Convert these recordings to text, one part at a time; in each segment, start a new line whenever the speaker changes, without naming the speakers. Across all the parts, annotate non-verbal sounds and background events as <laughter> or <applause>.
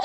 始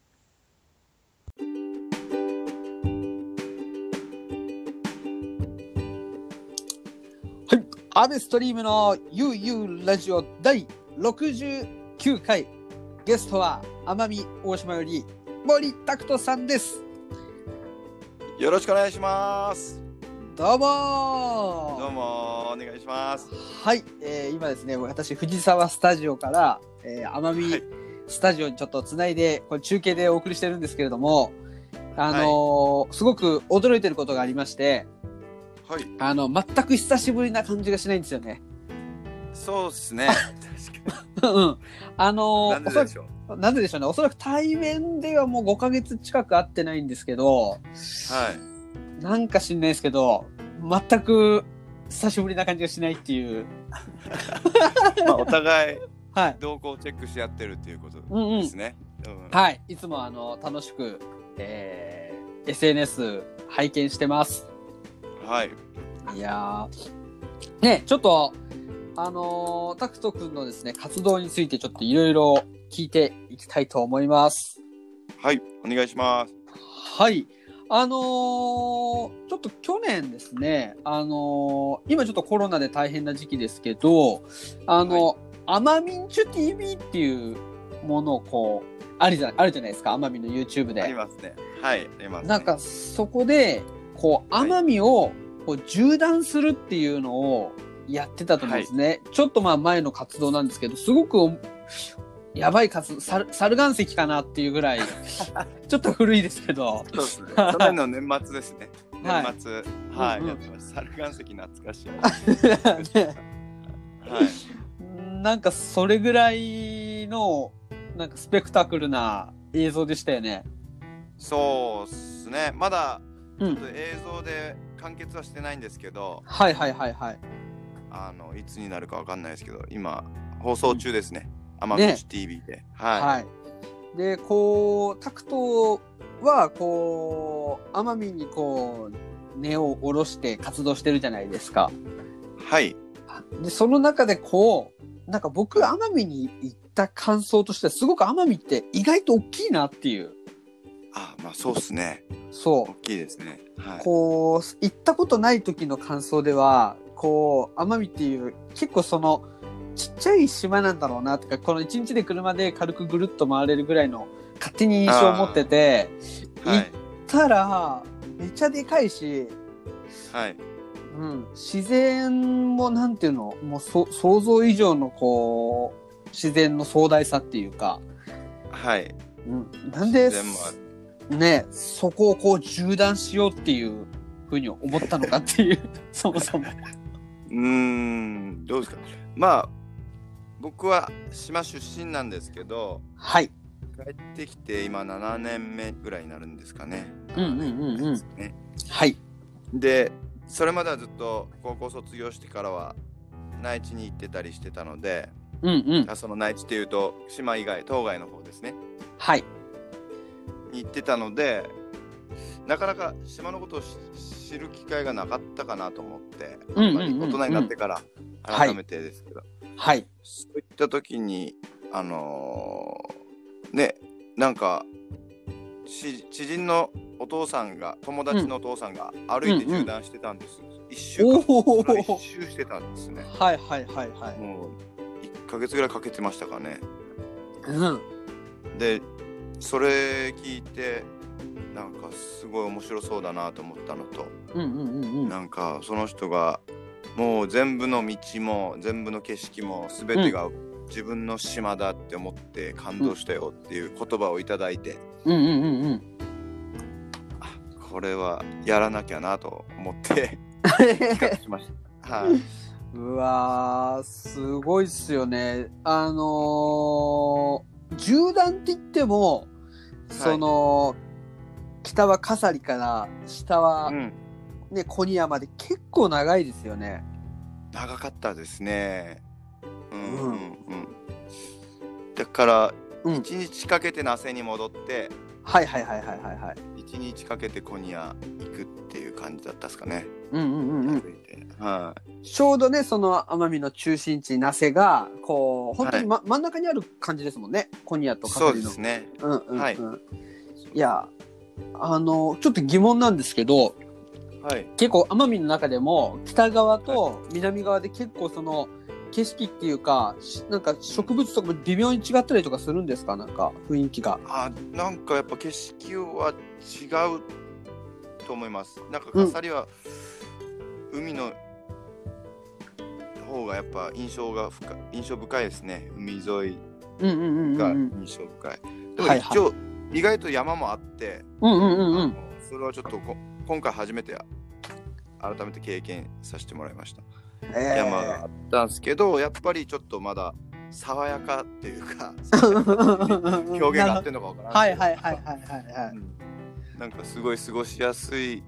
はい、アベストリームの UU ラジオ第69回ゲストは奄美大島より森拓人さんです
よろしくお願いします。
どうもー
どうもお願いします。
はい、えー今ですね私藤沢スタジオから、えー、奄
はい
美スタジオにちょっとつないでこれ中継でお送りしてるんですけれどもあのーすごく驚いてることがありまして
はい、
あの全く久しぶりな感じがしないんですよね <laughs>
そうですね。 <laughs> 確か
うんあのー
に。なんででしょう。
なぜでしょうね。おそらく対面ではもう5ヶ月近く会ってないんですけど、
はい。
なんか知んないですけど、全く久しぶりな感じがしないっていう。
まあ、お互い
はい。
動向をチェックし合ってるっていうこと
うんうん
ですね。うん
はい。いつもあの、楽しく、えー SNS 拝見してます。
はい。
いやー。ね、ちょっと、あのータクト君のですね、活動についてちょっといろいろ聞いていきたいと思います。
はい、お願いします。
はい。あのーちょっと去年ですね、あのー今ちょっとコロナで大変な時期ですけど、あの、アマミンチュ TV っていうものをこう、あるじゃあるじゃないですか、アマミンの YouTube
あり
で。
ますね。はい、あります、ね。
なんかそこで、こう、
は
ア
い
マミをこう縦断するっていうのをやってたと思うんですね。ちょっとまあ前の活動なんですけど、すごくおやばい活動、猿猿岩石かなっていうぐ
<laughs>
らい、ちょっと古いですけど。
そうですね。去年の年末ですね。
<laughs> はい
年末。はい、
うんうん
やってました。猿岩石懐かしい。
<laughs> ね
はい。
<laughs> なんかそれぐらいのなんかスペクタクルな映像でしたよね。
そうですね。まだ、
う
ちょっと。映像で完結はしてないんですけど、
はいはいはいはい。
あの、いつになるかわかんないですけど、今、放送中ですね。アマ
ね
チ TV で。は
はい。で、こう、タクトは、こう、奄美にこう、根を下ろして活動してるじゃないですか。
い。はい。
で、その中でこう、なんか僕、奄美に行った感想としては、すごく奄美って意外と大きいなっていう。
あ、まあそうですね。
そう
大。きいですね。はい。
こう行ったことない時の感想ではこう奄美っていう結構そのちっちゃい島なんだろうなとかこの一日で車で軽くぐるっと回れるぐらいの勝手に印象を持ってて
は
行
い
っ。たらめちゃでかいし、
はい。
うん、自然もなんていうのもうそ想像以上のこう自然の壮大さっていうか、
はい。
うん、なんで
自然もあ
ねそこをこう縦断しようっていうふうに思ったのかっていう <laughs> そもそも。
うーん、どうですか。まあ、僕は島出身なんですけど、
はい。
帰ってきて今7年目ぐらいになるんですかね。
うんうんうんうん
ですね
はい。
で、それまではずっと高校卒業してからは内地に行ってたりしてたので、
うんうん。
あその内地っていうと島以外、島外の方ですね。
はい。
に行ってたので、なかなか島のことをし知る機会がなかったかなと思って、
うんうん
まあ
うんうん
大人になってから
はい
改めてですけど、
はい。
そういった時にあのーねなんかし知人のお父さんが友達のお父さんが歩いて
うんうん
縦断してたんです、一週間
お
それを
ー
一周してたんですね
はいはいはいはい。
もう1ヶ月ぐらいかけてましたかね
うん。
でそれ聞いてなんかすごい面白そうだなと思ったのと
うんうんうんうん。
なんかその人がもう全部の道も全部の景色も全てが自分の島だって思って感動したよっていう言葉をいただいて、
うんうんうんうん。
あこれはやらなきゃなと思って企画しました。 <laughs> はい、
<laughs> うわー、すごいっすよね。あのー、縦断って言っても、その、北は笠里から、下は
うん
ね、小庭まで結構長いですよね。
長かったですね。うんうん
う
うんん。だから、
うん
一日かけて那須に戻って、
はいはいはいはいはいはい。
一日かけてコニア行くっていう感じだったですかね。
うんうんうんうん。
歩いて。は
ちょうどね、その奄美の中心地、那瀬が、こう、本当に、ま真ん中にある感じですもんね。コニアと
い。
カ
そう
フ
で
リの。
すね。
うんうんうん。
はい
い、や、あの、ちょっと疑問なんですけど、
はい。
結構奄美の中でも北側と南側で結構その景色っていうかしなんか植物とかも微妙に違ったりとかするんですかなんか雰囲気が。
あ、なんかやっぱ景色は違うと思います。なんか飾りは、海の方がやっぱ印象が深い印象深いですね。海沿い
うんうんうんうんう
が
ん
印象深い。
はい
でも一応、意外と山もあって、
うんうんうんう
あの
ん
それはちょっとこ今回初めて改めて経験させてもらいました。
え
山
<laughs>
があったんですけど、やっぱりちょっとまだ爽やかっていう
<laughs>
か表現があってんのかわからんけど
はいはいはいはいはいはい。
うんなんかすごい過ごしやすい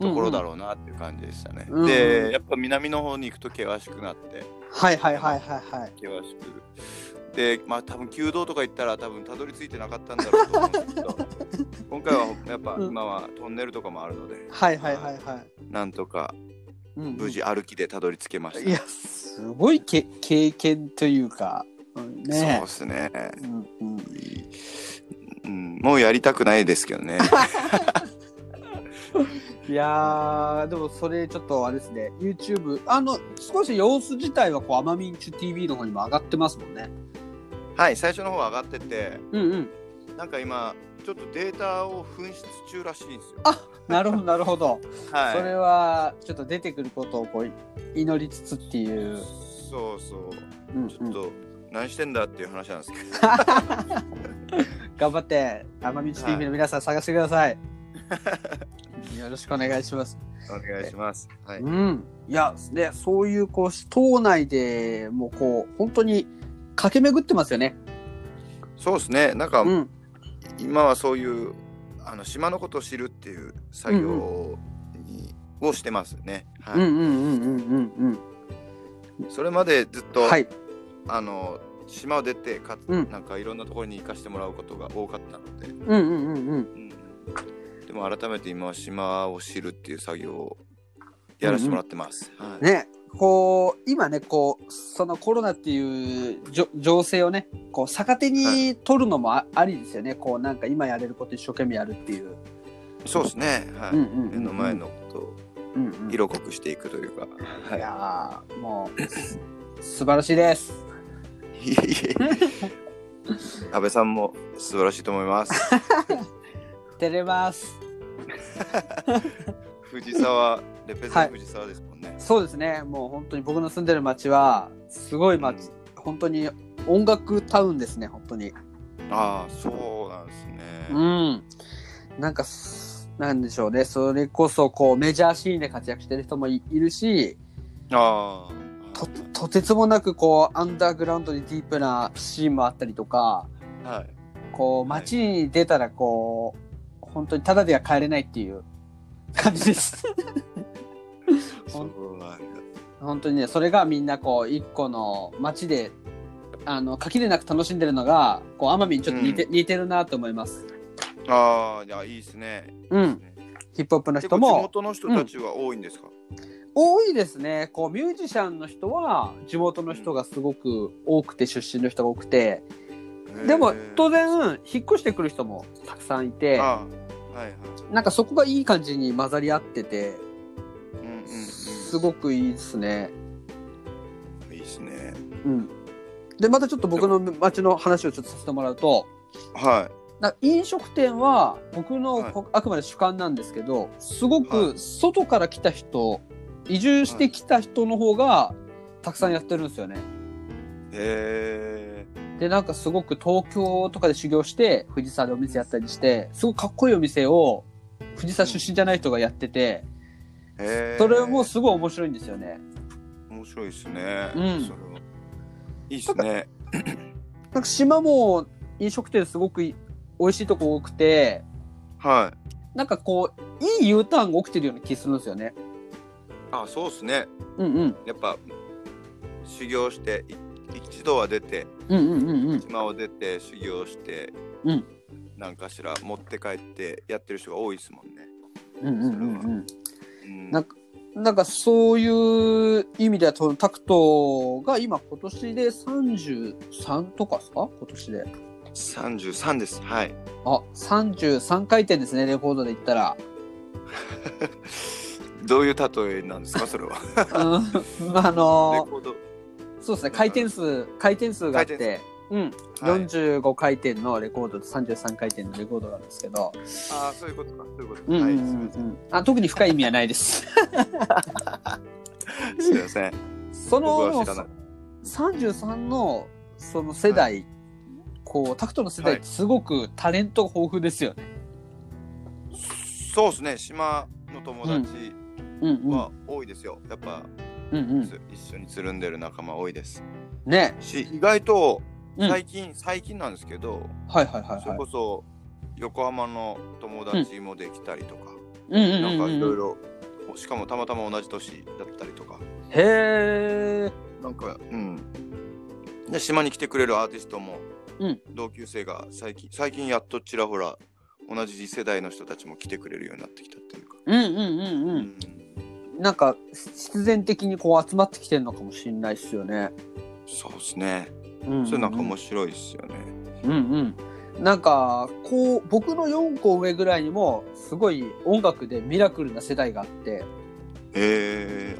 ところだろうなっていう感じでしたね。
うんうん
でやっぱ南の方に行くと険しくなって
はいはいはいはいはい。
険しくでまあ多分弓道とか行ったら多分たどり着いてなかったんだろうと思うんです
<laughs>
けど今回はやっぱ
うん
今はトンネルとかもあるので
はいはいはいはい。
なんと
う
か
んうん
無事歩きでたどり着けました。
いやすごいけ経験というか。うんね
そうで。すね、
うんうん
うん、もうやりたくないですけどね
いやー、でもそれちょっとあれですね、YouTube、あの、少し様子自体は、こう、アマミンチュ TV の方にも上がってますもんね。
<laughs> はい最初の方上がってて
うんうん。
なんか今ちょっとデータを紛失中らしいんですよ
あな
<laughs>
るほど、なるほど。
はい
それは、ちょっと出てくることを、こう、祈りつつっていう。
そうそう
うん
ちょっ
うん、
と何してんだっていう話なんですけど
頑張って、アマミンチュ TV の皆さん探してくださ
<laughs>
い。よろしくお願いします。
お願いしますはい、
うん。いや、ね、そういう、こう、島内でもう、こう、本当に駆け巡ってますよね。
そうですねなんか、
うん。
今はそういうあの島のことを知るっていう作業に、をしてますね、は
うん
い
うんうんうんうん
それまでずっ
う
と、
ん。はい。
あの島を出てかつ、
うん
なんかいろんなところに行かせてもらうことが多かったので、
うんうんうんうん。
でも改めて今は島を知るっていう作業をやらせてもらってます。はい
ね、こう、今ね、こう、そのコロナっていうじょ情勢をね、こう、逆手
は
に取るのもあ,、ありですよね。こう、なんか今やれること一生懸命やるっていう。
そうですね、はい
うんうんうんうん
目の前のことを
うんうん、
色濃くしていくというか。
い
は
やーもう、す素晴らしいです。
い、
<laughs>
安倍さんも素晴らしいと思
<laughs>
います。
照れます。
藤沢、レペゼ
は
ン
い
藤沢ですもんね。
そうですね、もう本当に僕の住んでる町は、すごい町、本当に音楽タウンですね、本当に。
ああ、そうなんですね。
うん。なんかす、なんでしょうね、それこそ、こう、メジャーシーンで活躍してる人もいいるし、
あ
ととてつもなくこうアンダーグラウンドにディープなシーンもあったりとか
あ、はい。
こう
はい
街に出たらこう、本当にただでは帰れないっていう感じです <laughs> ほ
そ
ん
うなんだ
本当にねそれがみんなこう一個の街であの垣根なく楽しんでるのがこう奄美にちょっと似て,、似てるなと思います
ああ、いや、いいですね。
う
いいっ
ん
すね
ヒップホップの
結
人
構地
も
元の人たちは多いんですか、
多いですねこうミュージシャンの人は地元の人がすごく多くて出身の人が多くてでも当然引っ越してくる人もたくさんいて
ああはいはい。
なんかそこがいい感じに混ざり合ってて、
うんうんうん。
すごくいいですね。
いいですね。
うん。で、またちょっと僕の町の話をちょっとさせてもらうと、
は
な飲食店は僕の、
はい
こあくまで主観なんですけど、すごく外から来た人、移住してきた人の方がたくさんやってるんですよね。
い。へえ。
で、なんかすごく東京とかで修行して、藤沢でお店やったりして、すごくかっこいいお店を藤沢出身じゃない人がやってて、
へえ。
それもすごい面白いんですよね。
面白いですね。
うん
それは。いいですね。
なんか島も飲食店すごくい美味しいとこ多くて、
はい。
なんかこう、いい U ターンが起きてるような気するんですよね。
あ、そうですね。
うんうん。
やっぱ修行してい一度は出て
うんうんうんうん。
島を出て修行して、
うん
なんかしら持って帰ってやってる人が多いですもんね。
うんうんうんうん。
うん
なんかなんかそういう意味ではそのタクトが今今年で33とかですか今年で
33です。はい。
あ33回転ですねレコードで言ったら
どういう例えなんですかそれは。
うんまああ
レ
の
コード。
そうですね回転数回転数があってうん、
はい、
45回転のレコードと33回転のレコードなんですけど、
ああそういうことかそういうことか。
うんうん
は
う
い。
んうんあ特に深い意味はないです
<laughs> すみません。
そ
僕は
の
知らない。
33のその世代、こうタクトの世代ってすごくタレントが豊富ですよね、
そうですね。島の友達
うんうん
は多いですよ。やっぱ、
うんうん
つ一緒につるんでる仲間多いです。
ね、
し意外と
うん、はい
最近、最近なんですけど、
はいはいは
それ
い
こそ横浜の友達もできたりとか、
うんう
なん
んう
かい
ん
ろ
う
い
ん
ろ。しかもたまたま同じ年だったりとか、
へえ
なんか、うん。で、島に来てくれるアーティストも、
うん
同級生が最近、最近やっとちらほら、同じ世代の人たちも来てくれるようになってきたっていうか。
うんうんうんうん
うん
なんか必然的にこう集まってきてるのかもしれないですよね
そうですね。
うんうんうん
それなんか面白いですよね。
うんうんなんかこう僕の4個上ぐらいにもすごい音楽でミラクルな世代があって
え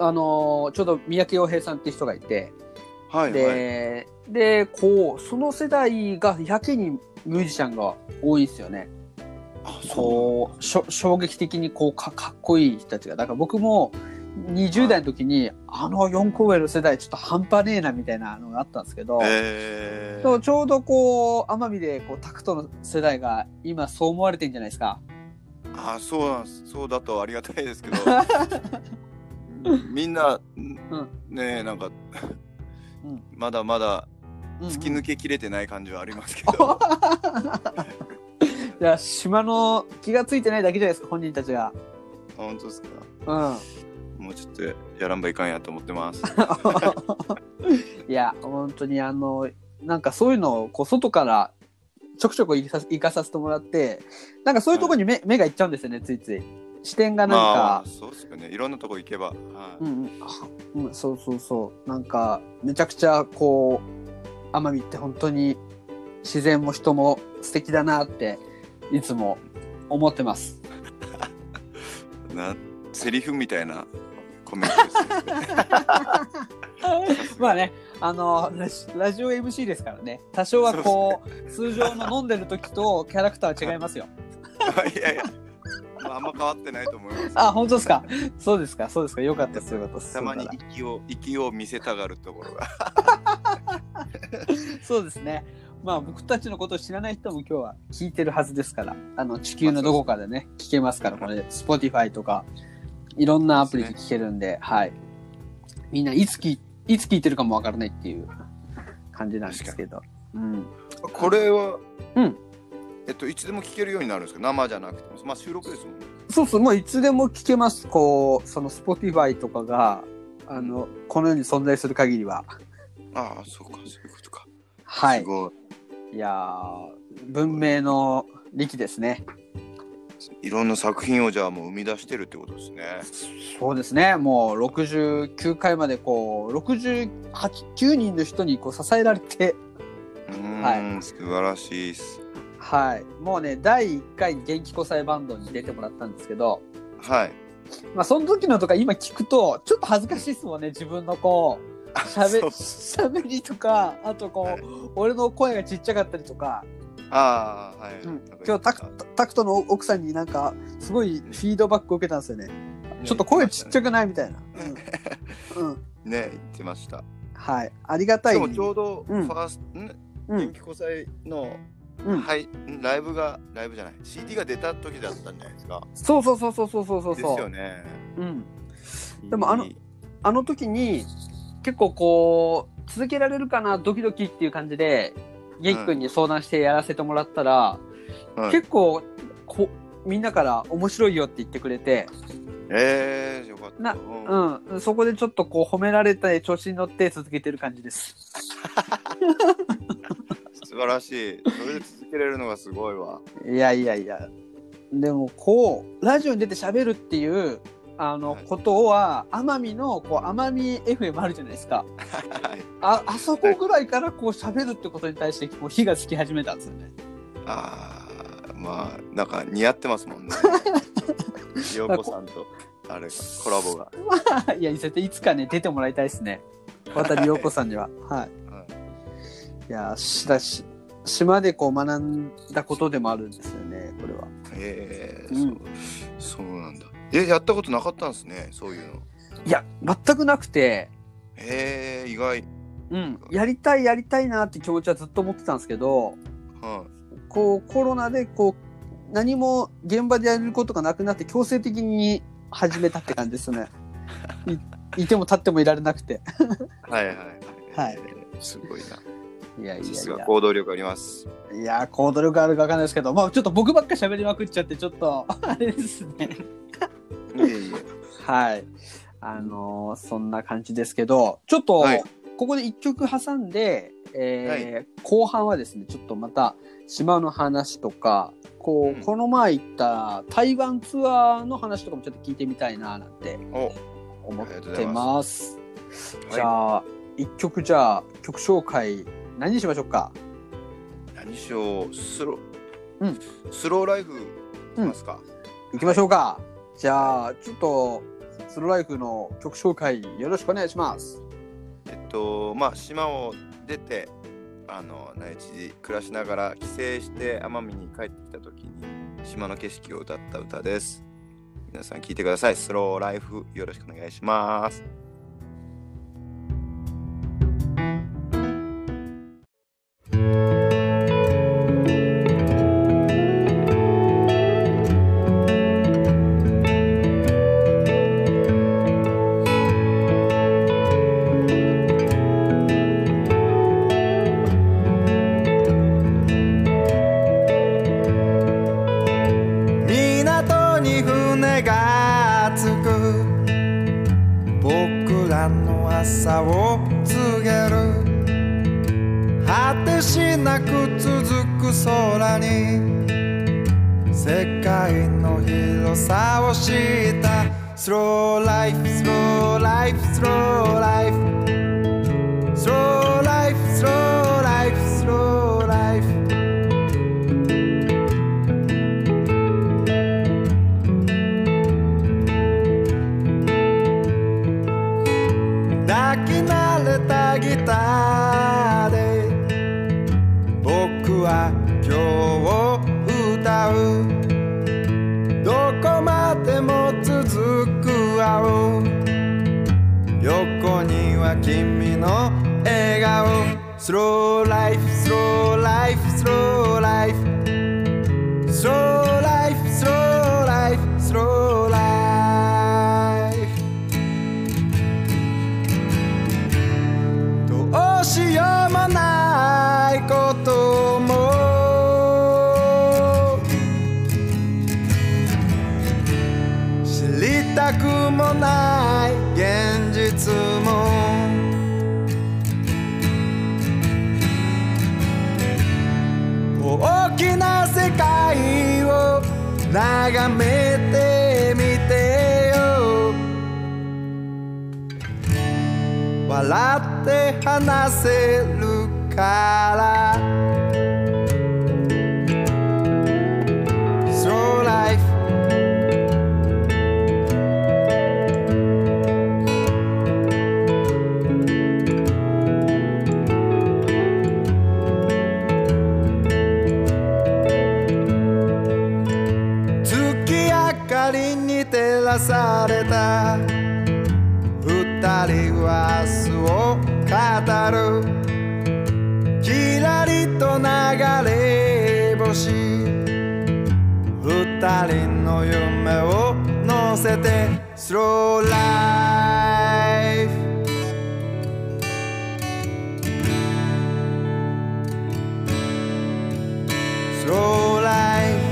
あのーちょうど三宅洋平さんって人がいて、
ー、はいはい。
で、で、こう、その世代がやけにミュージシャンが多いんですよね。
あ、そう。
こう、しょ衝撃的にこうか、かっこいい人たちが。だから僕も20代の時に、あの4個上の世代ちょっと半端ねえなみたいなのがあったんですけど、
え
でも
ー、
ちょうどこう、奄美でこう、タクトの世代が今そう思われてんじゃないですか。
あ、そうなんす。そうだとありがたいです
<laughs>
けど。みんな、ねえ、なんか、
ん
まだまだ
うん
突き抜けきれてない感じはありますけ
<laughs>
ど。
いや、島の気がついてないだけじゃないですか、本人たちが。
本当ですか。
うん。
もうちょっとやらんばいかんやと思って
<laughs>
ます。
いや本当にあのなんかそういうのをこう外からちょくちょく行かさ行かさせてもらってなんかそういうところに目,、目がいっちゃうんですよねついつい視点がなん
ま
か
あ、、そうですよね。いろんなとこ行けば。は
う
い、
んうんあうん、そうそうそうなんかめちゃくちゃこう奄美って本当に自然も人も素敵だなっていつも思ってます
な、セリフみたいなコメントですね。
<laughs> まあね、あのラジ、ラジオ MC ですからね、多少はこう、通常の飲んでる時とキャラクターは違いますよ。
いやいや、まあ、あんま変わってないと思います。
あ、本当ですか。そうですか、そうですか、よかったです、よかったです。
たまに
そうだ
息を息を見せたがるところ
<laughs>
が
なそうですね。まあ、僕たちのことを知らない人も今日は聞いてるはずですから、あの、地球のどこかでね、聞けますから、これ、Spotify とか、いろんなアプリで聞けるんで、はい。みんないつ聞い、いつ聞いてるかもわからないっていう感じなんですけど。うん。
これは
うん
えっといつでも聞けるようになるんですか生じゃなくてもまあ収録ですもんね
そうそう、もういつでも聞けます。こう、その Spotify とかが、あの、この世に存在する限りは。
ああそうかそういうことか
は
す
い。
ご
いやー文明の力ですね。
いいろんな作品をじゃあもう生み出してるってことですね
そうですね。もう69回までこう、68、9人の人にこう支えられて、 <laughs>
うーん、
は
素晴らしいっす
はい。もうね、第1回に元気交際バンドに出てもらったんですけど、
はい
まあその時のとか今聞くと、ちょっと恥ずかしいですもんね。自分のこう、喋
そう
喋りとか、あとこう、俺の声がちっちゃかったりとか、
ああはい、
うん今日タクトタクトの奥さんになんかすごいフィードバックを受けたんですよね。ちょっと声ちっちゃ
く
くないみたいな。うん、うん
ね言ってました
はい、ありがたい。
でもちょうどフ
うん
ァースト、ん
う
元
ん、
気交際の、
うん、
はい、ライブがライブじゃない CD が出た時だったんじゃないですか
そうそうそうそうそうそうそう
ですよね
うん。でもあのあの時に結構こう続けられるかなドキドキっていう感じで元気くんに相談してやらせてもらったら、
はい
結構こみんなから面白いよって言ってくれて、
えー、よかった。
な
うん
うん、そこでちょっとこう褒められた調子に乗って続けてる感じです。
素晴らしい。それで続けれるのがすごいわ。
いやいやいや。でもこう、ラジオに出て喋るっていう、あの、
はい
ことは、奄美の、こう、奄美 FM あるじゃないですか。
はい。
あ、あそこぐらいからこう喋るってことに対して、こう、火がつき始めたんですよね。 <laughs>
ああ、まあ、なんか似合ってますもん
<laughs>
ね。洋子さんと、あれが、コラボが。
いや、絶対いつかね、出てもらいたいですね。渡り陽子さんには。 <laughs> はい。いや、しだし、島でこう学んだことでもあるんですよね、これは。
ええ
うん
そう、そうなんだ。え、やったことなかったんですね、そういうの。
いや、全くなくて、
ええ意外。
うん、やりたい、やりたいなって気持ちはずっと思ってたんですけど、
は
こう、コロナで、こう、何も現場でやれることがなくなって、強制的に始めたって感じですね。いい <laughs> ても立ってもいられなくて。
い。はいはいは
はい
い。すごいな。
いやいや
さ
い
すが
や。
行動力あります。
いやー、行動力あるかわかんないですけど、まあちょっと僕ばっか喋りまくっちゃって、ちょっと、 <laughs> あれですね。
いえいえ。
はい。あのーそんな感じですけど、ちょっと、
はい
ここで一曲挟んで、えー後半はですね、ちょっとまた島の話とか、こう、
うん
この前行った台湾ツアーの話とかもちょっと聞いてみたいななんて
お、
思って
ありがとうござい
ます。
はい
じゃあ、一曲じゃあ、曲紹介、何にしましょうか
何しよう、スロー。
うん
スローライフ。いきますか。
行きましょうか。じゃあ、ちょっと、スローライフの曲紹介、よろしくお願いします。
えっとまあ島を出てあの内地で暮らしながら帰省して奄美に帰ってきた時に島の景色を歌った歌です皆さん聞いてくださいスローライフよろしくお願いします
港に船が着く僕らの朝を告げる果てしなく続く空に世界の広さを知ったスローライフスローライフスローライフスローライフスローライフスローライフ抱き慣れたギターで僕は今日を歌うどこまでも続く青横には君の笑顔スローライフスローライフスローライフスローライフスローライフスローライフどうしようもないことも知りたくもない現実も大きな世界を眺めてみてよ笑って話せるから「スローライフ」月明かりに照らされた二人は明日を語るきらりと流れ星二人の夢を乗せてスローライフスローライフ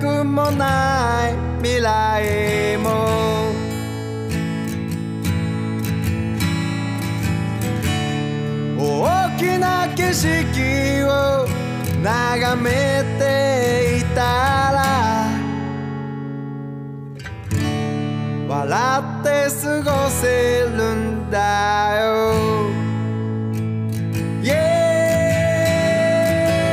くもない未来も大きな景色を眺めていたら笑って過ごせるんだよ Yeah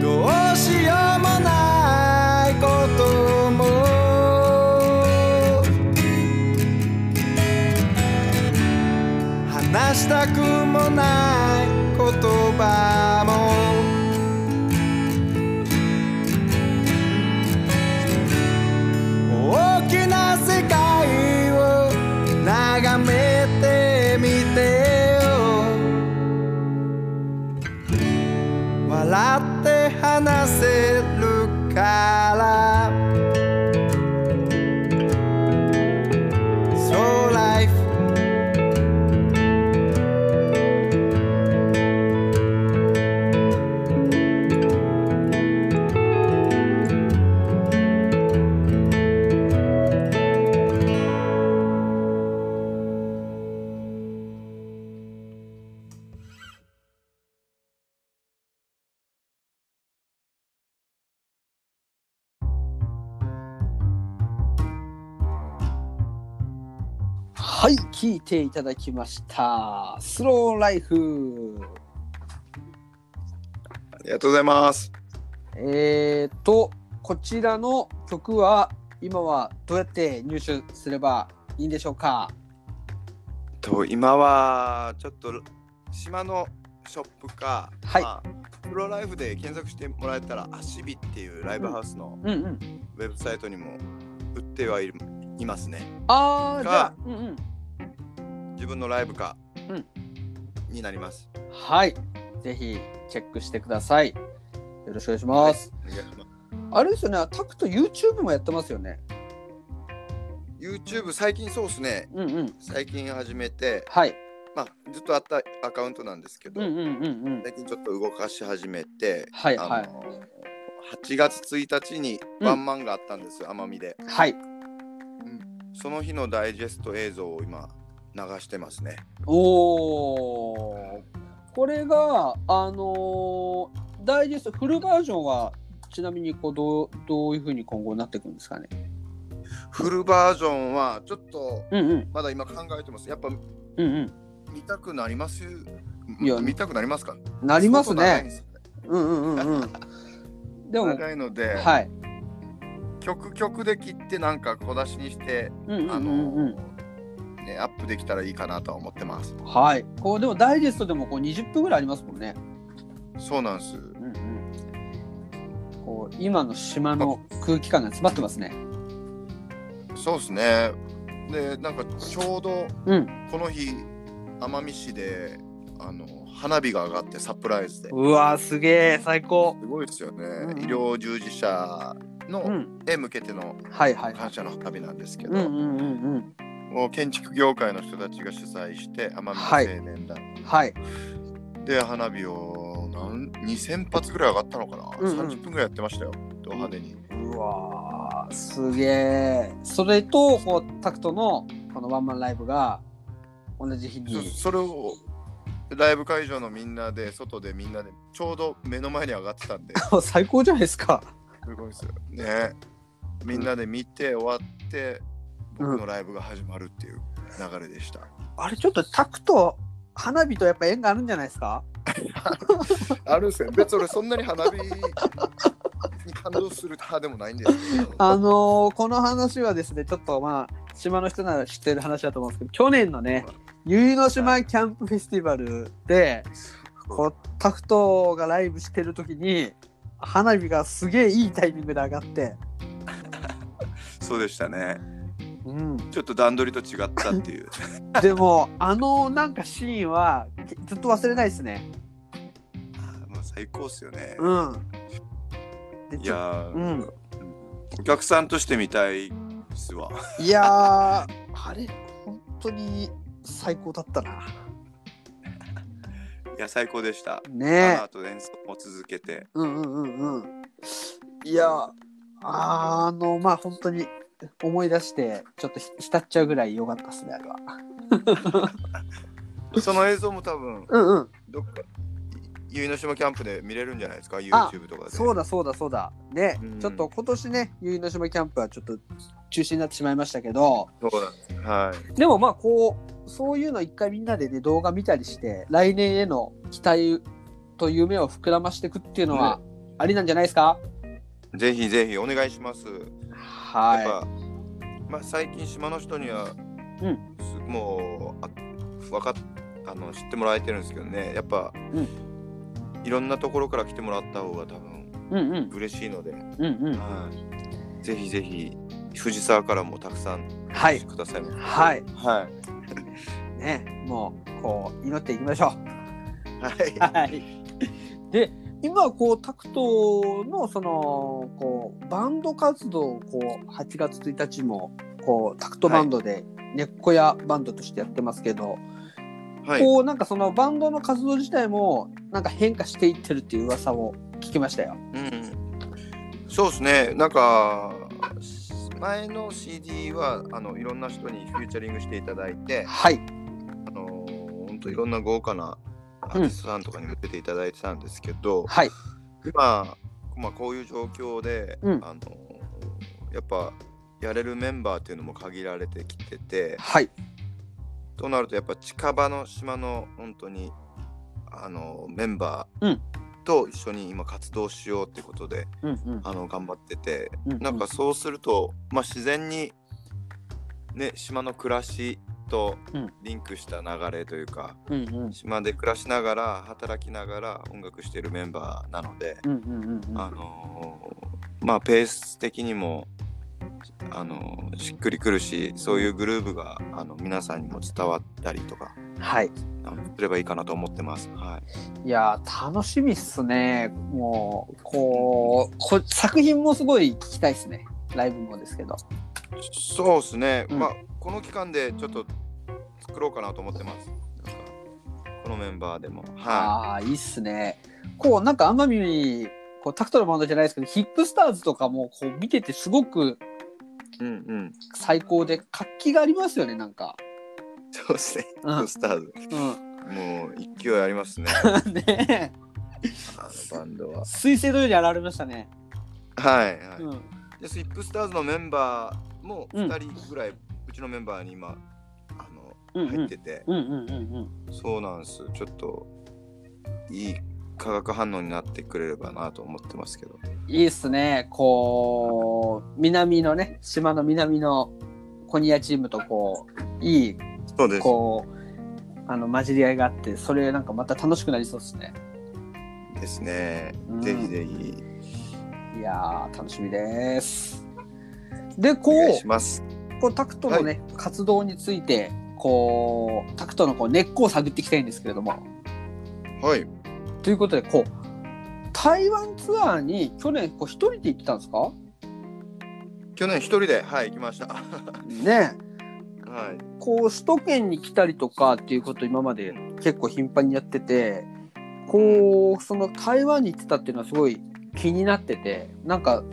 どうしようもないことも話したくもない言葉も大きな世界を眺めてみてよ笑って話せるから So life
はい、聞いていただきました。スローライフ。
ありがとうございます。
えーと、こちらの曲は今はどうやって入手すればいいんでしょうか。
と今はちょっと島のショップか、
はい
まあプロライフで検索してもらえたらアシビっていうライブハウスの
うんうん。
ウェブサイトにも売ってはいるいますね。
ああ、じゃあ
が、
うんうん。
自分のライブか、
うん
になります。
はい、ぜひチェックしてください。よろしくお願いします。
お願いします
あれですよね、タクト YouTube もやってますよね。
YouTube 最近そうですね。
うんうん。
最近始めて、
はい。
まあずっとあったアカウントなんですけど、
うんうんうんうん。
最近ちょっと動かし始めて、
はい
あ
はい
の8月1日にワンマンがあったんですよ、奄美で。
はい。
その日のダイジェスト映像を今流してますね。
おーこれがあのーダイジェストフルバージョンはちなみにこうどうどういうふうに今後なっていくんですかね。
フルバージョンはちょっと
うんうん
まだ今考えてます。やっぱ
うん
見たくなります
いや
見たくなりますか
うん。なります
相当長いん
ね
で。すよ
うんうんうんうん。でも
長いので、
はい。
曲曲で切ってなんか小出しにして、
うんうん
あ
うん
の
う
ね、アップできたらいいかなとは思ってます。
ん。はい。こうでもダイジェストでもこう20分ぐらいありますもんね。
そうなんです。
うんうん。こう今の島の空気感が詰まってますね。
そうですね。でなんかちょうど
うん。
この日奄美市であの花火が上がってサプライズで
うわーすげえ最高。
すごいですよね、
ん
医療従事者
う
の、
ん。
へ向けての
はいはい。
感謝の花火なんですけど、
うんうんうんうん。
もう建築業界の人たちが主催して奄
はい
美の青年団
はい。
で花火を何2000発ぐらい上がったのかな、
うんうん
30分ぐらいやってましたよド派手に、
うわーすげえそれとこうタクトのこのワンマンライブが同じ日
そ
に
それをライブ会場のみんなで外でみんなでちょうど目の前に上がってたん <laughs> で
もう最高じゃないですか
すごいですよねみんなで見て終わって僕のライブが始まるっていう流れでした、
あれちょっとタクト花火とやっぱ縁があるんじゃないですか
<laughs> あるんですよ。別に俺そんなに花火に感動する派でもないんですけど。
あのーこの話はですねちょっとまあ島の人なら知ってる話だと思うんですけど去年のね由比の島キャンプフェスティバルでこうタクトがライブしてる時に花火がすげえいいタイミングで上がって、
そうでしたね。
うん、
ちょっと段取りと違ったって <laughs> いう。
<laughs> でもあのなんかシーンはけずっと忘れないですね。
もう最高っすよね。
うん。で
い
ち
や
ょ
ー、
うん
お客さんとして見たいっすわ。 <laughs>
いやーあれ本当に最高だったな。
いや、最高でした。あ
ね
の後演奏も続けて。
うんうんうんうん。いやあの、まあ本当に思い出して、ちょっとひ浸っちゃうぐらい良かったですね、あれは。
その映像も多分
うんうん。
どっか結の島キャンプで見れるんじゃないですか YouTube とかで
そう
だ
だそうだそうだ。ね、
うん
ちょっと今年ね、結の島キャンプはちょっと中止になってしまいましたけど、
そうだはい
でもまあこう、そういうの一回みんなでね、動画見たりして、来年への期待と夢を膨らましていくっていうのは、ありなんじゃないですか、
ぜひぜひお願いします、やっ
は
ぱ、まあ、最近島の人には、
うん
すもうあ分かっあの知ってもらえてるんですけどねやっぱ、
うん
いろんなところから来てもらった方が多分
い。うんうん。
嬉しいので、
うんうん。
はい、ぜひぜひ藤沢からもたくさん
は
お越
い
し。くださいま
はい。
せはい
ね、もう、こう、祈っていきましょう。
<laughs> はい
はい。で、今こうタクトのそのこうバンド活動をこう8月1日もこうタクトバンドで根っこやバンドとしてやってますけど、
はい
こうなんかそのバンドの活動自体もなんか変化していってるっていう噂を聞きましたよ。
うんうん、そうですねなんか前の CD はあのいろんな人にフューチャリングしていただいて
はい。
あの本当いろんな豪華なアーティストさんとかにも出ていただいてたんですけど、
はい。
今、まあ、こういう状況で、
うん
あのやっぱやれるメンバーっていうのも限られてきてて
はい。
となるとやっぱ近場の島の本当にあのメンバ
う
ー
ん
と一緒に今活動しようってことで、
うんうん
あの頑張ってて
うう
なんかそうすると、まあ、自然に、ね、島の暮らしと
うん
リンクした流れというか、
うんうん
島で暮らしながら働きながら音楽してるメンバーなので、
うんうんうんうん
あのーまあペース的にも、あのーしっくりくるしそういうグルーブがあの皆さんにも伝わったりとか
はい。
あのすればいいかなと思ってます。はい、
いやー楽しみっすね。もうこうこ作品もすごい聞きたいですね。ライブもですけど。
そうですね、
うん
まあこの期間でちょっと作ろうかなと思ってます。なんかこのメンバーでも。は
ああーいいっすね。こうなんか奄美こうタクトのバンドじゃないですけどヒップスターズとかもこう見ててすごく
い。うんうん。
最高で活気がありますよねなんか。
そうです <laughs> ね。
うん
スターズ。
う
もう勢いあります <laughs> ね。
ん、 <laughs> ね
あのバンドは。
水星のように現れましたね。
はいはい。
うん、
でスイップスターズのメンバーも
うん
2人ぐらい、うちのメンバーに今あの
うんう
入っ
ん
てて、
うんうんうん
そうなんですちょっといい化学反応になってくれればなと思ってますけど
うん。いいっすね。こう南のね島の南のコニアチームとこういい
そうで
こうあの混じり合いがあってそれなんかまた楽しくなりそうですね。
ですね、
うん
ぜひぜひ
いやー楽しみです。でこ
お願いうします
こうタクトのね、活動についてこうタクトのこう根っこを探っていきたいんですけれども
はい
ということでこう台湾ツアーに去年こう一人で行ってたんですか
去年一人ではい行きま
<laughs>
したは
ねえ
い
こう首都圏に来たりとかっていうことを今まで結構頻繁にやっててこうその台湾に行ってたっていうのはすごい気になっててなんか
ん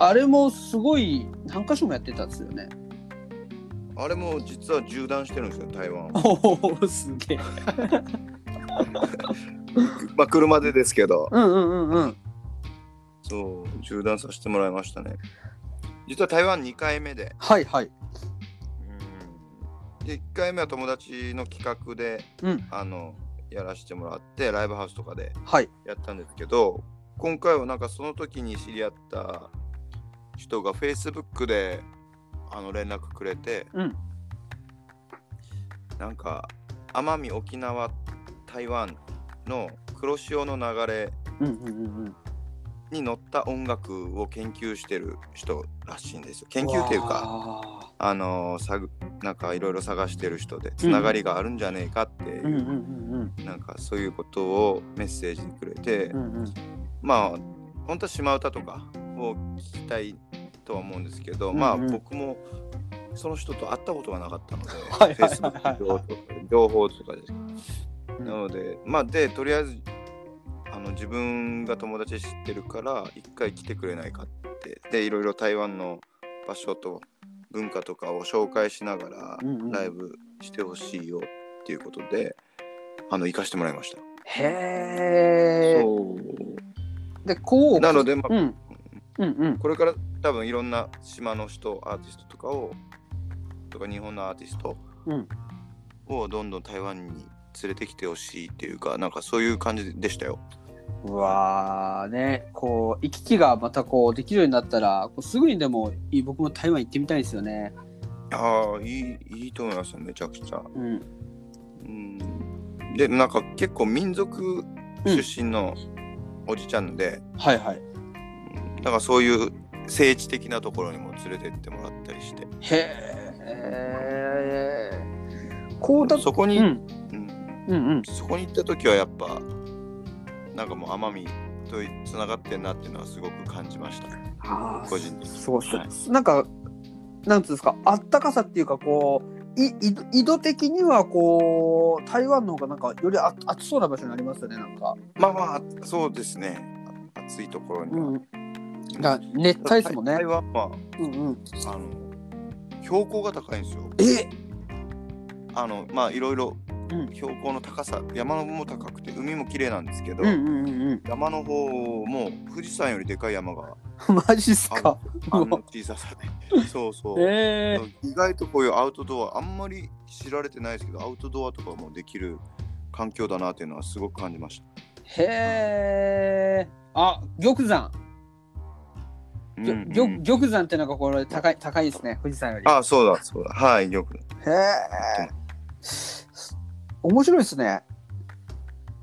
あれもすごい何箇所もやってたんですよね。
あれも実は縦断してるんですよ台湾
おおすげえ。
まあ車でですけど
うんうんうんうん。
そう縦断させてもらいましたね実は台湾2回目で
はいはい。
で1回目は友達の企画で、
うん
あのやらせてもらってライブハウスとかで
はい。
やったんですけど今回はなんかその時に知り合った人が Facebook であの連絡くれて、
うん
なんか奄美沖縄台湾の黒潮の流れ
うんうんうんうん。
に乗った音楽を研究してる人らしいんですよ研究っていうか
わあ。
あのーさぐなんかいろいろ探してる人でつながりがあるんじゃねえかっていう、
うんうんうん
なんかそういうことをメッセージにくれて、
うん。うんうん。
まあ本当は島唄とかを聞きたいとは思うんですけど、まあ
うんうん
僕もその人と会ったことがなかったので、
<laughs> はいはいはいはい
Facebook の情報とかです、なのでまあでとりあえずあの自分が友達知ってるから一回来てくれないかってでいろいろ台湾の場所と文化とかを紹介しながら
うんうん
ライブしてほしいよっていうことで、あの行かしてもらいました。
へえ。で、こう。
なので、まあ
うん。うんうん。
これから多分いろんな島の人アーティストとかをとか日本のアーティスト
うん
をどんどん台湾に連れてきてほしいっていうかなんかそういう感じでしたよ。
うわーね、こう、行き来がまたこう、できるようになったら、こうすぐにでもいい、僕も台湾行ってみたいですよね。
ああいいいいと思いますよめちゃくちゃ。
うん。
うん、でなんか結構民族出身のおじちゃんで、
はいはい。
うんなんかそういう政治的なところにも連れてってもらったりして
へえ。こうだ
そこに、
うん。
うん
うんうん。
そこに行った時はやっぱなんかもう奄美とつながってんなっていうのはすごく感じました
あー
個人的に
そうそう、
はい
なんかなんつうんですかあったかさっていうかこういい緯度的にはこう台湾の方がなんかよりあ暑そうな場所になりますよねなんか、
まあまあそうですねあ暑いところには、
だから熱帯ですもんね
台、湾は
うんうん、
あの標高が高いんですよ
え
あのまあいろいろ
うん
標高の高さ、山の方も高くて海も綺麗なんですけど、
うんうんうん
山の方も富士山よりでかい
<laughs>
山が
うんマジっすか
あ
うわ
の小ささでそうそう、
え
意外とこういうアウトドアあんまり知られてないですけどアウトドアとかもできる環境だなっていうのはすごく感じました。
ー、へえあ玉山、ぎょ
うんうん
ぎょ玉山ってなんかこれ高い高いですね富士山より
あそうだそうだはいよく
へえ面白いですね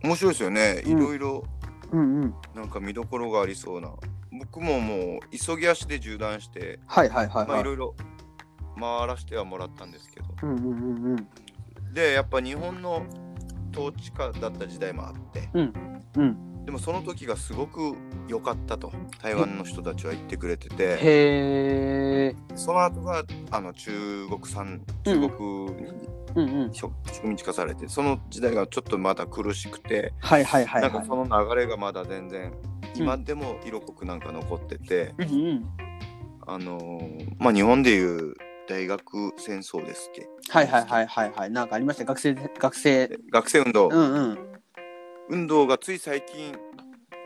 面白いですよね
うん
いろいろ
うんうん
なんか見どころがありそうな僕ももう急ぎ足で縦断して
はいはいはい
ま
は
あ
いい
ろいろ回らせてはもらったんですけど
うんうんうんうん
でやっぱ日本の統治下だった時代もあって、
うん
でもその時がすごく良かったと台湾の人たちは言ってくれてて。
へえ。
その後があの中国産中国に
うんうん。
植民地化されてその時代がちょっとまだ苦しくて、
はいはいはい、はい。
なんかその流れがまだ全然今でも色濃くなんか残ってて、
うんうん。
あのーまあ日本でいう大学戦争ですっけ
はいはいはいはいはい。なんかありました。学生学生。
学生運動、
うんうん。
運動がつい最近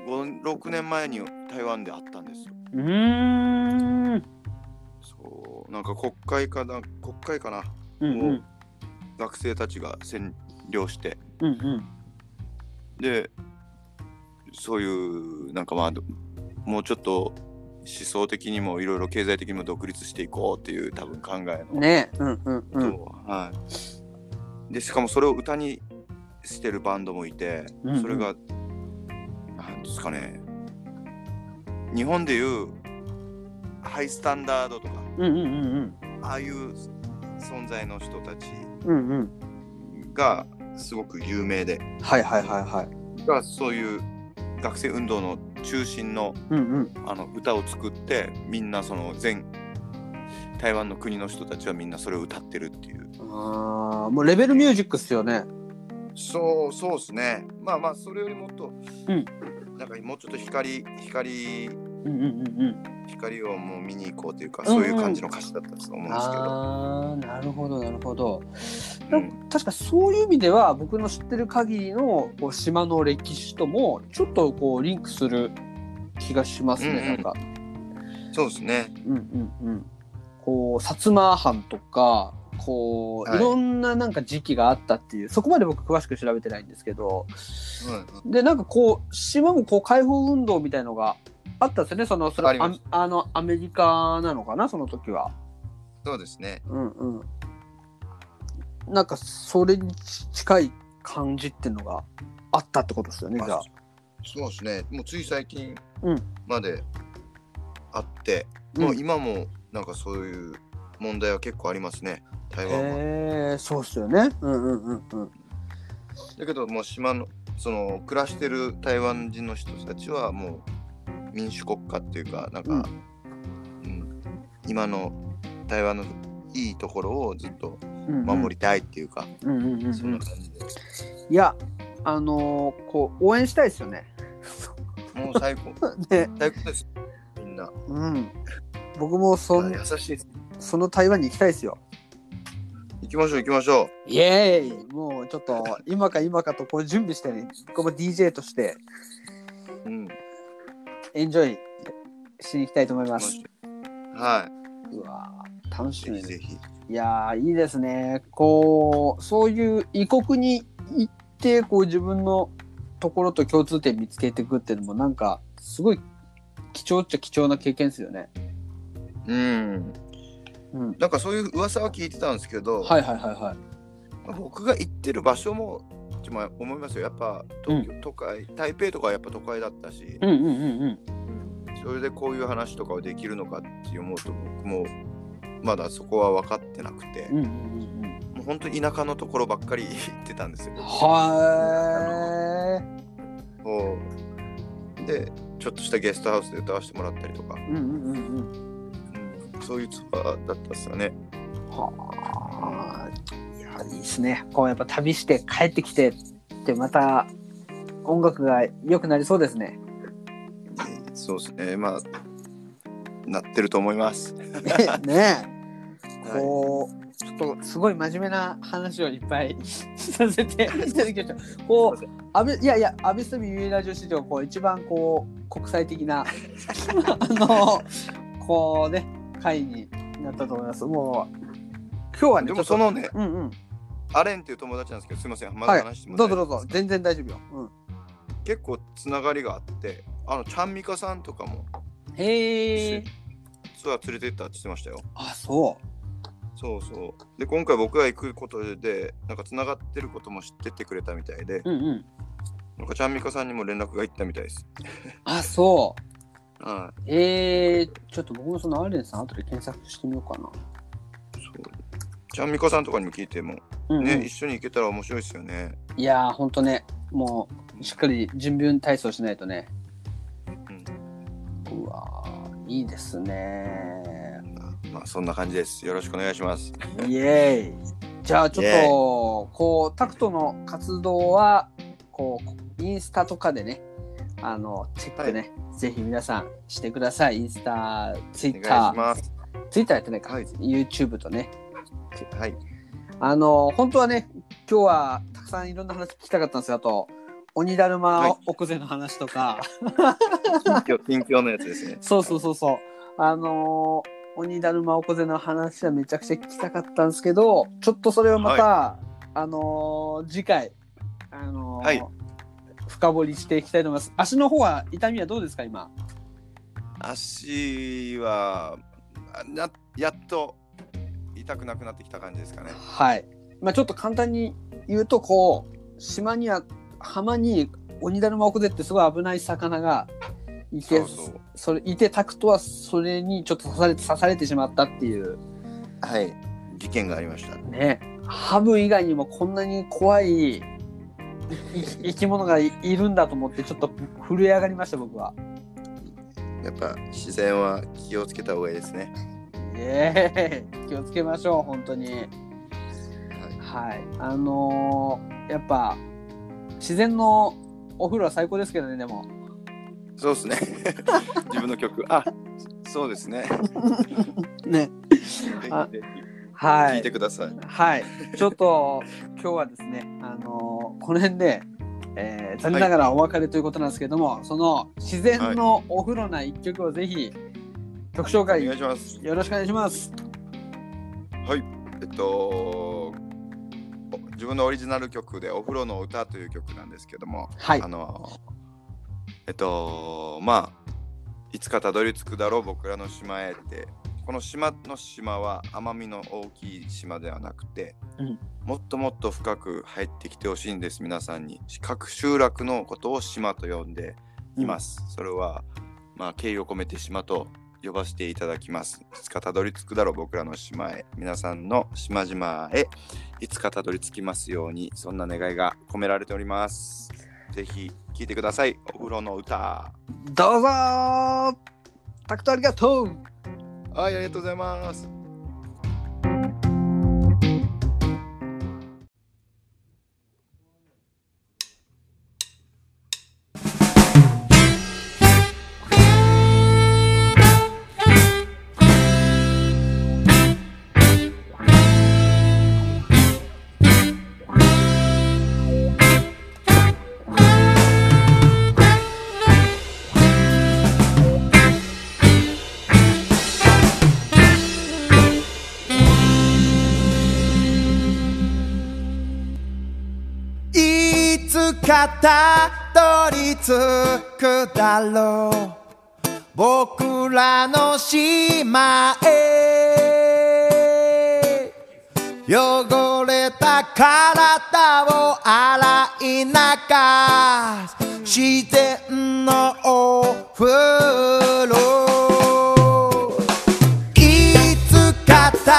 56年前に台湾であったんですよ。
うーん。
そうなんか国会かな国会かな
うんうん。
学生たちが占領して
うんうん。
でそういうなんかまあどもうちょっと思想的にもいろいろ経済的にも独立していこうっていう多分考えの、
ね。うんうん
と
うん。
はい、でしかもそれを歌にしてるバンドもいて、
うんうん
それがなんですかね日本でいうハイスタンダードとか
うんうんうん
ああいう存在の人たち
うん。うんうん。
がすごく有名で
はいはいはいはい。
がそういう学生運動の中心の
うんうん。
あの歌を作ってみんなその全台湾の国の人たちはみんなそれを歌ってるっていう
ああ、もうレベルミュージックっすよね。
そうそうですねまあまあそれよりもっと、
うん
なんかもうちょっと光光
うんうんうんうん。
光をもう見に行こうというか、
うんうん
そういう感じの歌詞だったと思うんですけど
ああ、なるほどなるほど。
う
なんか確かそういう意味では僕の知ってる限りのこう島の歴史ともちょっとこうリンクする気がしますね、
うんうん
なんか
そうですね
うんうんうん、こう薩摩藩とかこう、
はい
い、ろんななんか時期があったっていうそこまで僕詳しく調べてないんですけどでなんかこう島もこう解放運動みたいのがあったんですよねそのそれ
ありま
あ
し
あのアメリカなのかなその時は。
そうですね
うんうん、なんかそれに近い感じっていうのがあったってことですよねじゃあ。
そうですねもうつい最近
うん
まであって、
うん
もう今もなんかそういう問題は結構ありますね台湾は。
へえそうっすよね。うんうんうんうん。
だけどもう島のその暮らしてる台湾人の人たちはもう民主国家っていうかなんか、うん今の台湾のいいところをずっと
うんうん
守りたいっていうか、
うんうんうんうん
そんな感じで
いや、あのーこう応援したいですよね。 <laughs>
もう最高
ね、
最高ですみんな。
うん。僕もそん
優しい。
その台湾に行きたいですよ。
行きましょう行きましょう。
イエーイもうちょっと今か今かとこう準備してね、ここも DJ として
うん。行
エンジョイしに行きたいと思い
きま
ます。
しょうは
うわー楽
い。
し
ぜ
み
ひ
です。
ぜひ。
いやーいいですね。こう、そういう異国に行って、こう自分のところと共通点見つけていくっていうのもなんか、すごい貴重っちゃ貴重な経験ですよね。
うん。
うん。
なんかそういう噂は聞いてたんですけど、
はいはいはいはい。
僕が行ってる場所も、ちょまあ思いますよ。やっぱ東京、都会、台北とかはやっぱ都会だったし、
うんうんうんうん。
それでこういう話とかをできるのかって思うと、僕もまだそこは分かってなくて、
うんうんうんうん。
もう本当田舎のところばっかり行ってたんですよ。
は
もうで、ちょっとしたゲストハウスで歌わせてもらったりとか、
ーい。うんうんうんうん。
うんそういうツアーだったんですよね。
はあ、いや、いいですね。こうやっぱ旅して帰ってきてって、また音楽が良くなりそうですね。
えーそうですね。まあ、なってると思いま
<laughs>
す。
ねえ。
はい
こう、ちょっとすごい真面目な話をいっぱいさせ
<laughs>
ていただきました。こ
す
う、安倍、いやいや、安倍スミゆいラジオ史上、こう一番こう、国際的な、 <laughs> あの、こうね、会になったと思います。もう、今日はね、ち
で
ょ
も
っと
そ、のね、
うんうん。
アレンっていう友達なんですけど、すみません。まだ
はい
話し。ても
ど
ら
う
って
ぞどうぞ。全然大丈夫よ。うん。
結構つながりがあって、あの、ちゃんみかさんとかも
へえ。
ツアー連れてったって言ってましたよ。
あ、そう。
そうそう。で、今回僕が行くことで、なんかつながってることも知ってってくれたみたいで、
うんうん。
なんかちゃんみかさんにも連絡が行ったみたいです。
あ、そう。
は
えー、ちょっと僕もそのアレンさん後で検索してみようかな。
い。そう。ちゃんみかさんとかにも聞いても、
うんうん、
ね、一緒に行けたら面白いですよね。
いやー、ほんとね、もうしっかり準備運体操しないとね。うわー、いいですね。
まあ、そんな感じです。よろしくお願いします。
イエーイ。じゃあちょ
イエーイ
っと、こう、タクトの活動は、こう、インスタとかでね、あの、チェックね、ぜひ皆さんしてください。インスタ、ツイ
お
ッ
願
タ
いし
ー、
ます。
ツイッターやってないか、
はい
YouTube とね、
はい。
あの本当はね今日はたくさんいろんな話聞きたかったんですよあと鬼だる
はい
ま奥瀬の話とか、
近況近況のやつですね。
そうそうそうそうあの鬼だるま奥瀬の話はめちゃくちゃ聞きたかったんですけどちょっとそれをまた、あの次回あの
はい
深掘りしていきたいと思います足の方は痛みはどうですか今
足はあなやっと痛くなくなってきた感じですかね。
はい。まあちょっと簡単に言うと、こう、島には、浜に鬼だるま奥でってすごい危ない魚がいて、
そうそう
それいてタクトはそれにちょっと刺され刺されてしまったっていう。
はい。事件がありました。
ね。ハブ以外にもこんなに怖いい生き物がいいるんだと思って、ちょっと震え上がりました、僕は。
やっぱ自然は気をつけた方がいいですね。
ええ気をつけましょう、本当に。
は
はい、あのーやっぱ自然のお風呂は最高ですけどねでも
い。そうですね。 <laughs> 自分の曲。あ、そうですね。
ね
ぜひぜひ
あは
聞い
い
て、ください。
はい、ちょっと今日はですね、あのーこの辺で、えー残念ながらお別れということなんですけども、その自然のお風呂な一曲をぜひ曲紹介
お願い
よ
します。
ろしくお願いします
はい。えっと。自分のオリジナル曲で「お風呂の歌」という曲なんですけども、
はい
あのえっとまあいつかたどり着くだろう僕らの島へってこの島の島は奄美の大きい島ではなくて、
うん
もっともっと深く入ってきてほしいんです皆さんに各集落のことを島と呼んでいます、それはまあ敬意を込めて島と呼ばせていただきますいつかたどり着くだろう僕らの島へ皆さんの島々へいつかたどり着きますようにそんな願いが込められておりますぜひ聴いてくださいお風呂の歌
どうぞータクトありがとう
はいありがとうございます
「お風呂の歌」
たどり着くだろう僕らの島へ汚れた体を洗い流す自然のお風呂いつかた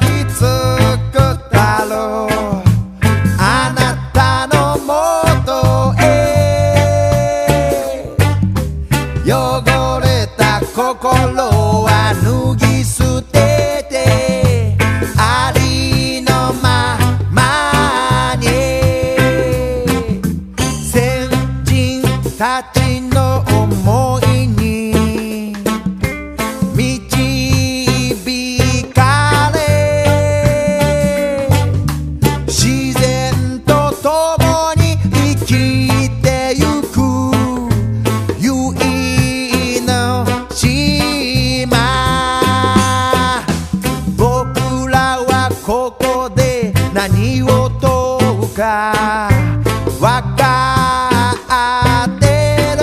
どり着くだろうあなたの元へ汚れた心は脱ぎ捨ててありのままに先人たちの思いに導かれ自然と共に生きてゆく唯の島僕らはここで何を問うかわかってる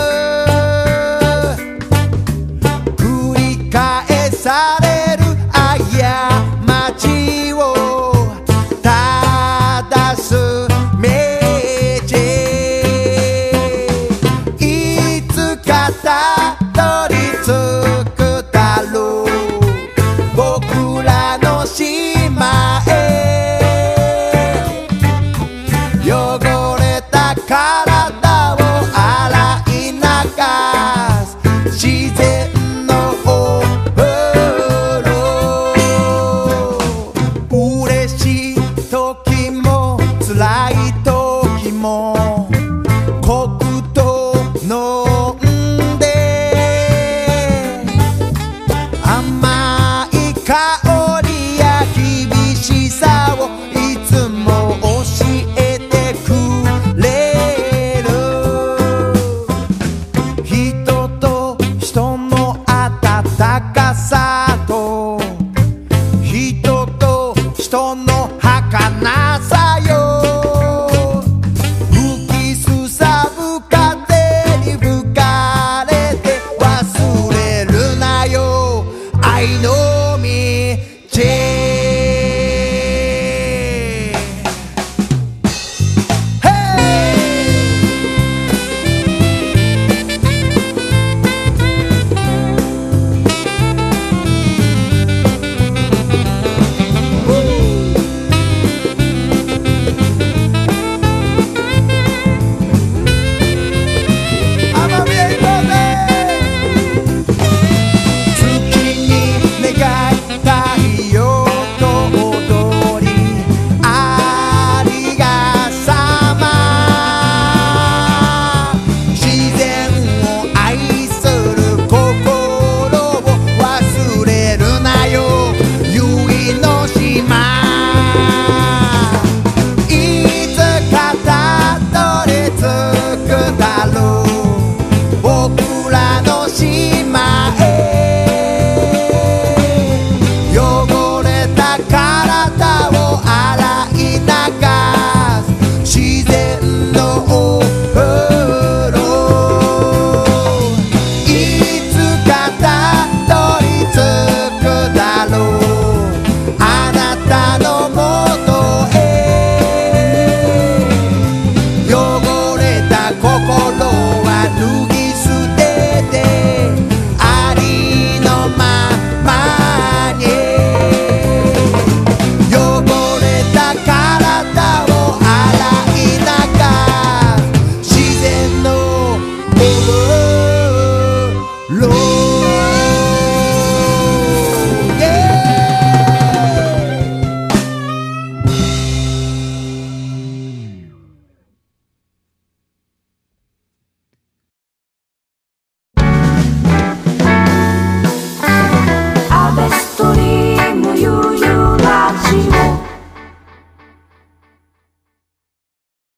繰り返される過ちを正す道いつかたどり着くだろう僕らの島へ汚れた体を洗い流す自然のお風呂嬉しい時も辛い時も黒糖飲んで甘い香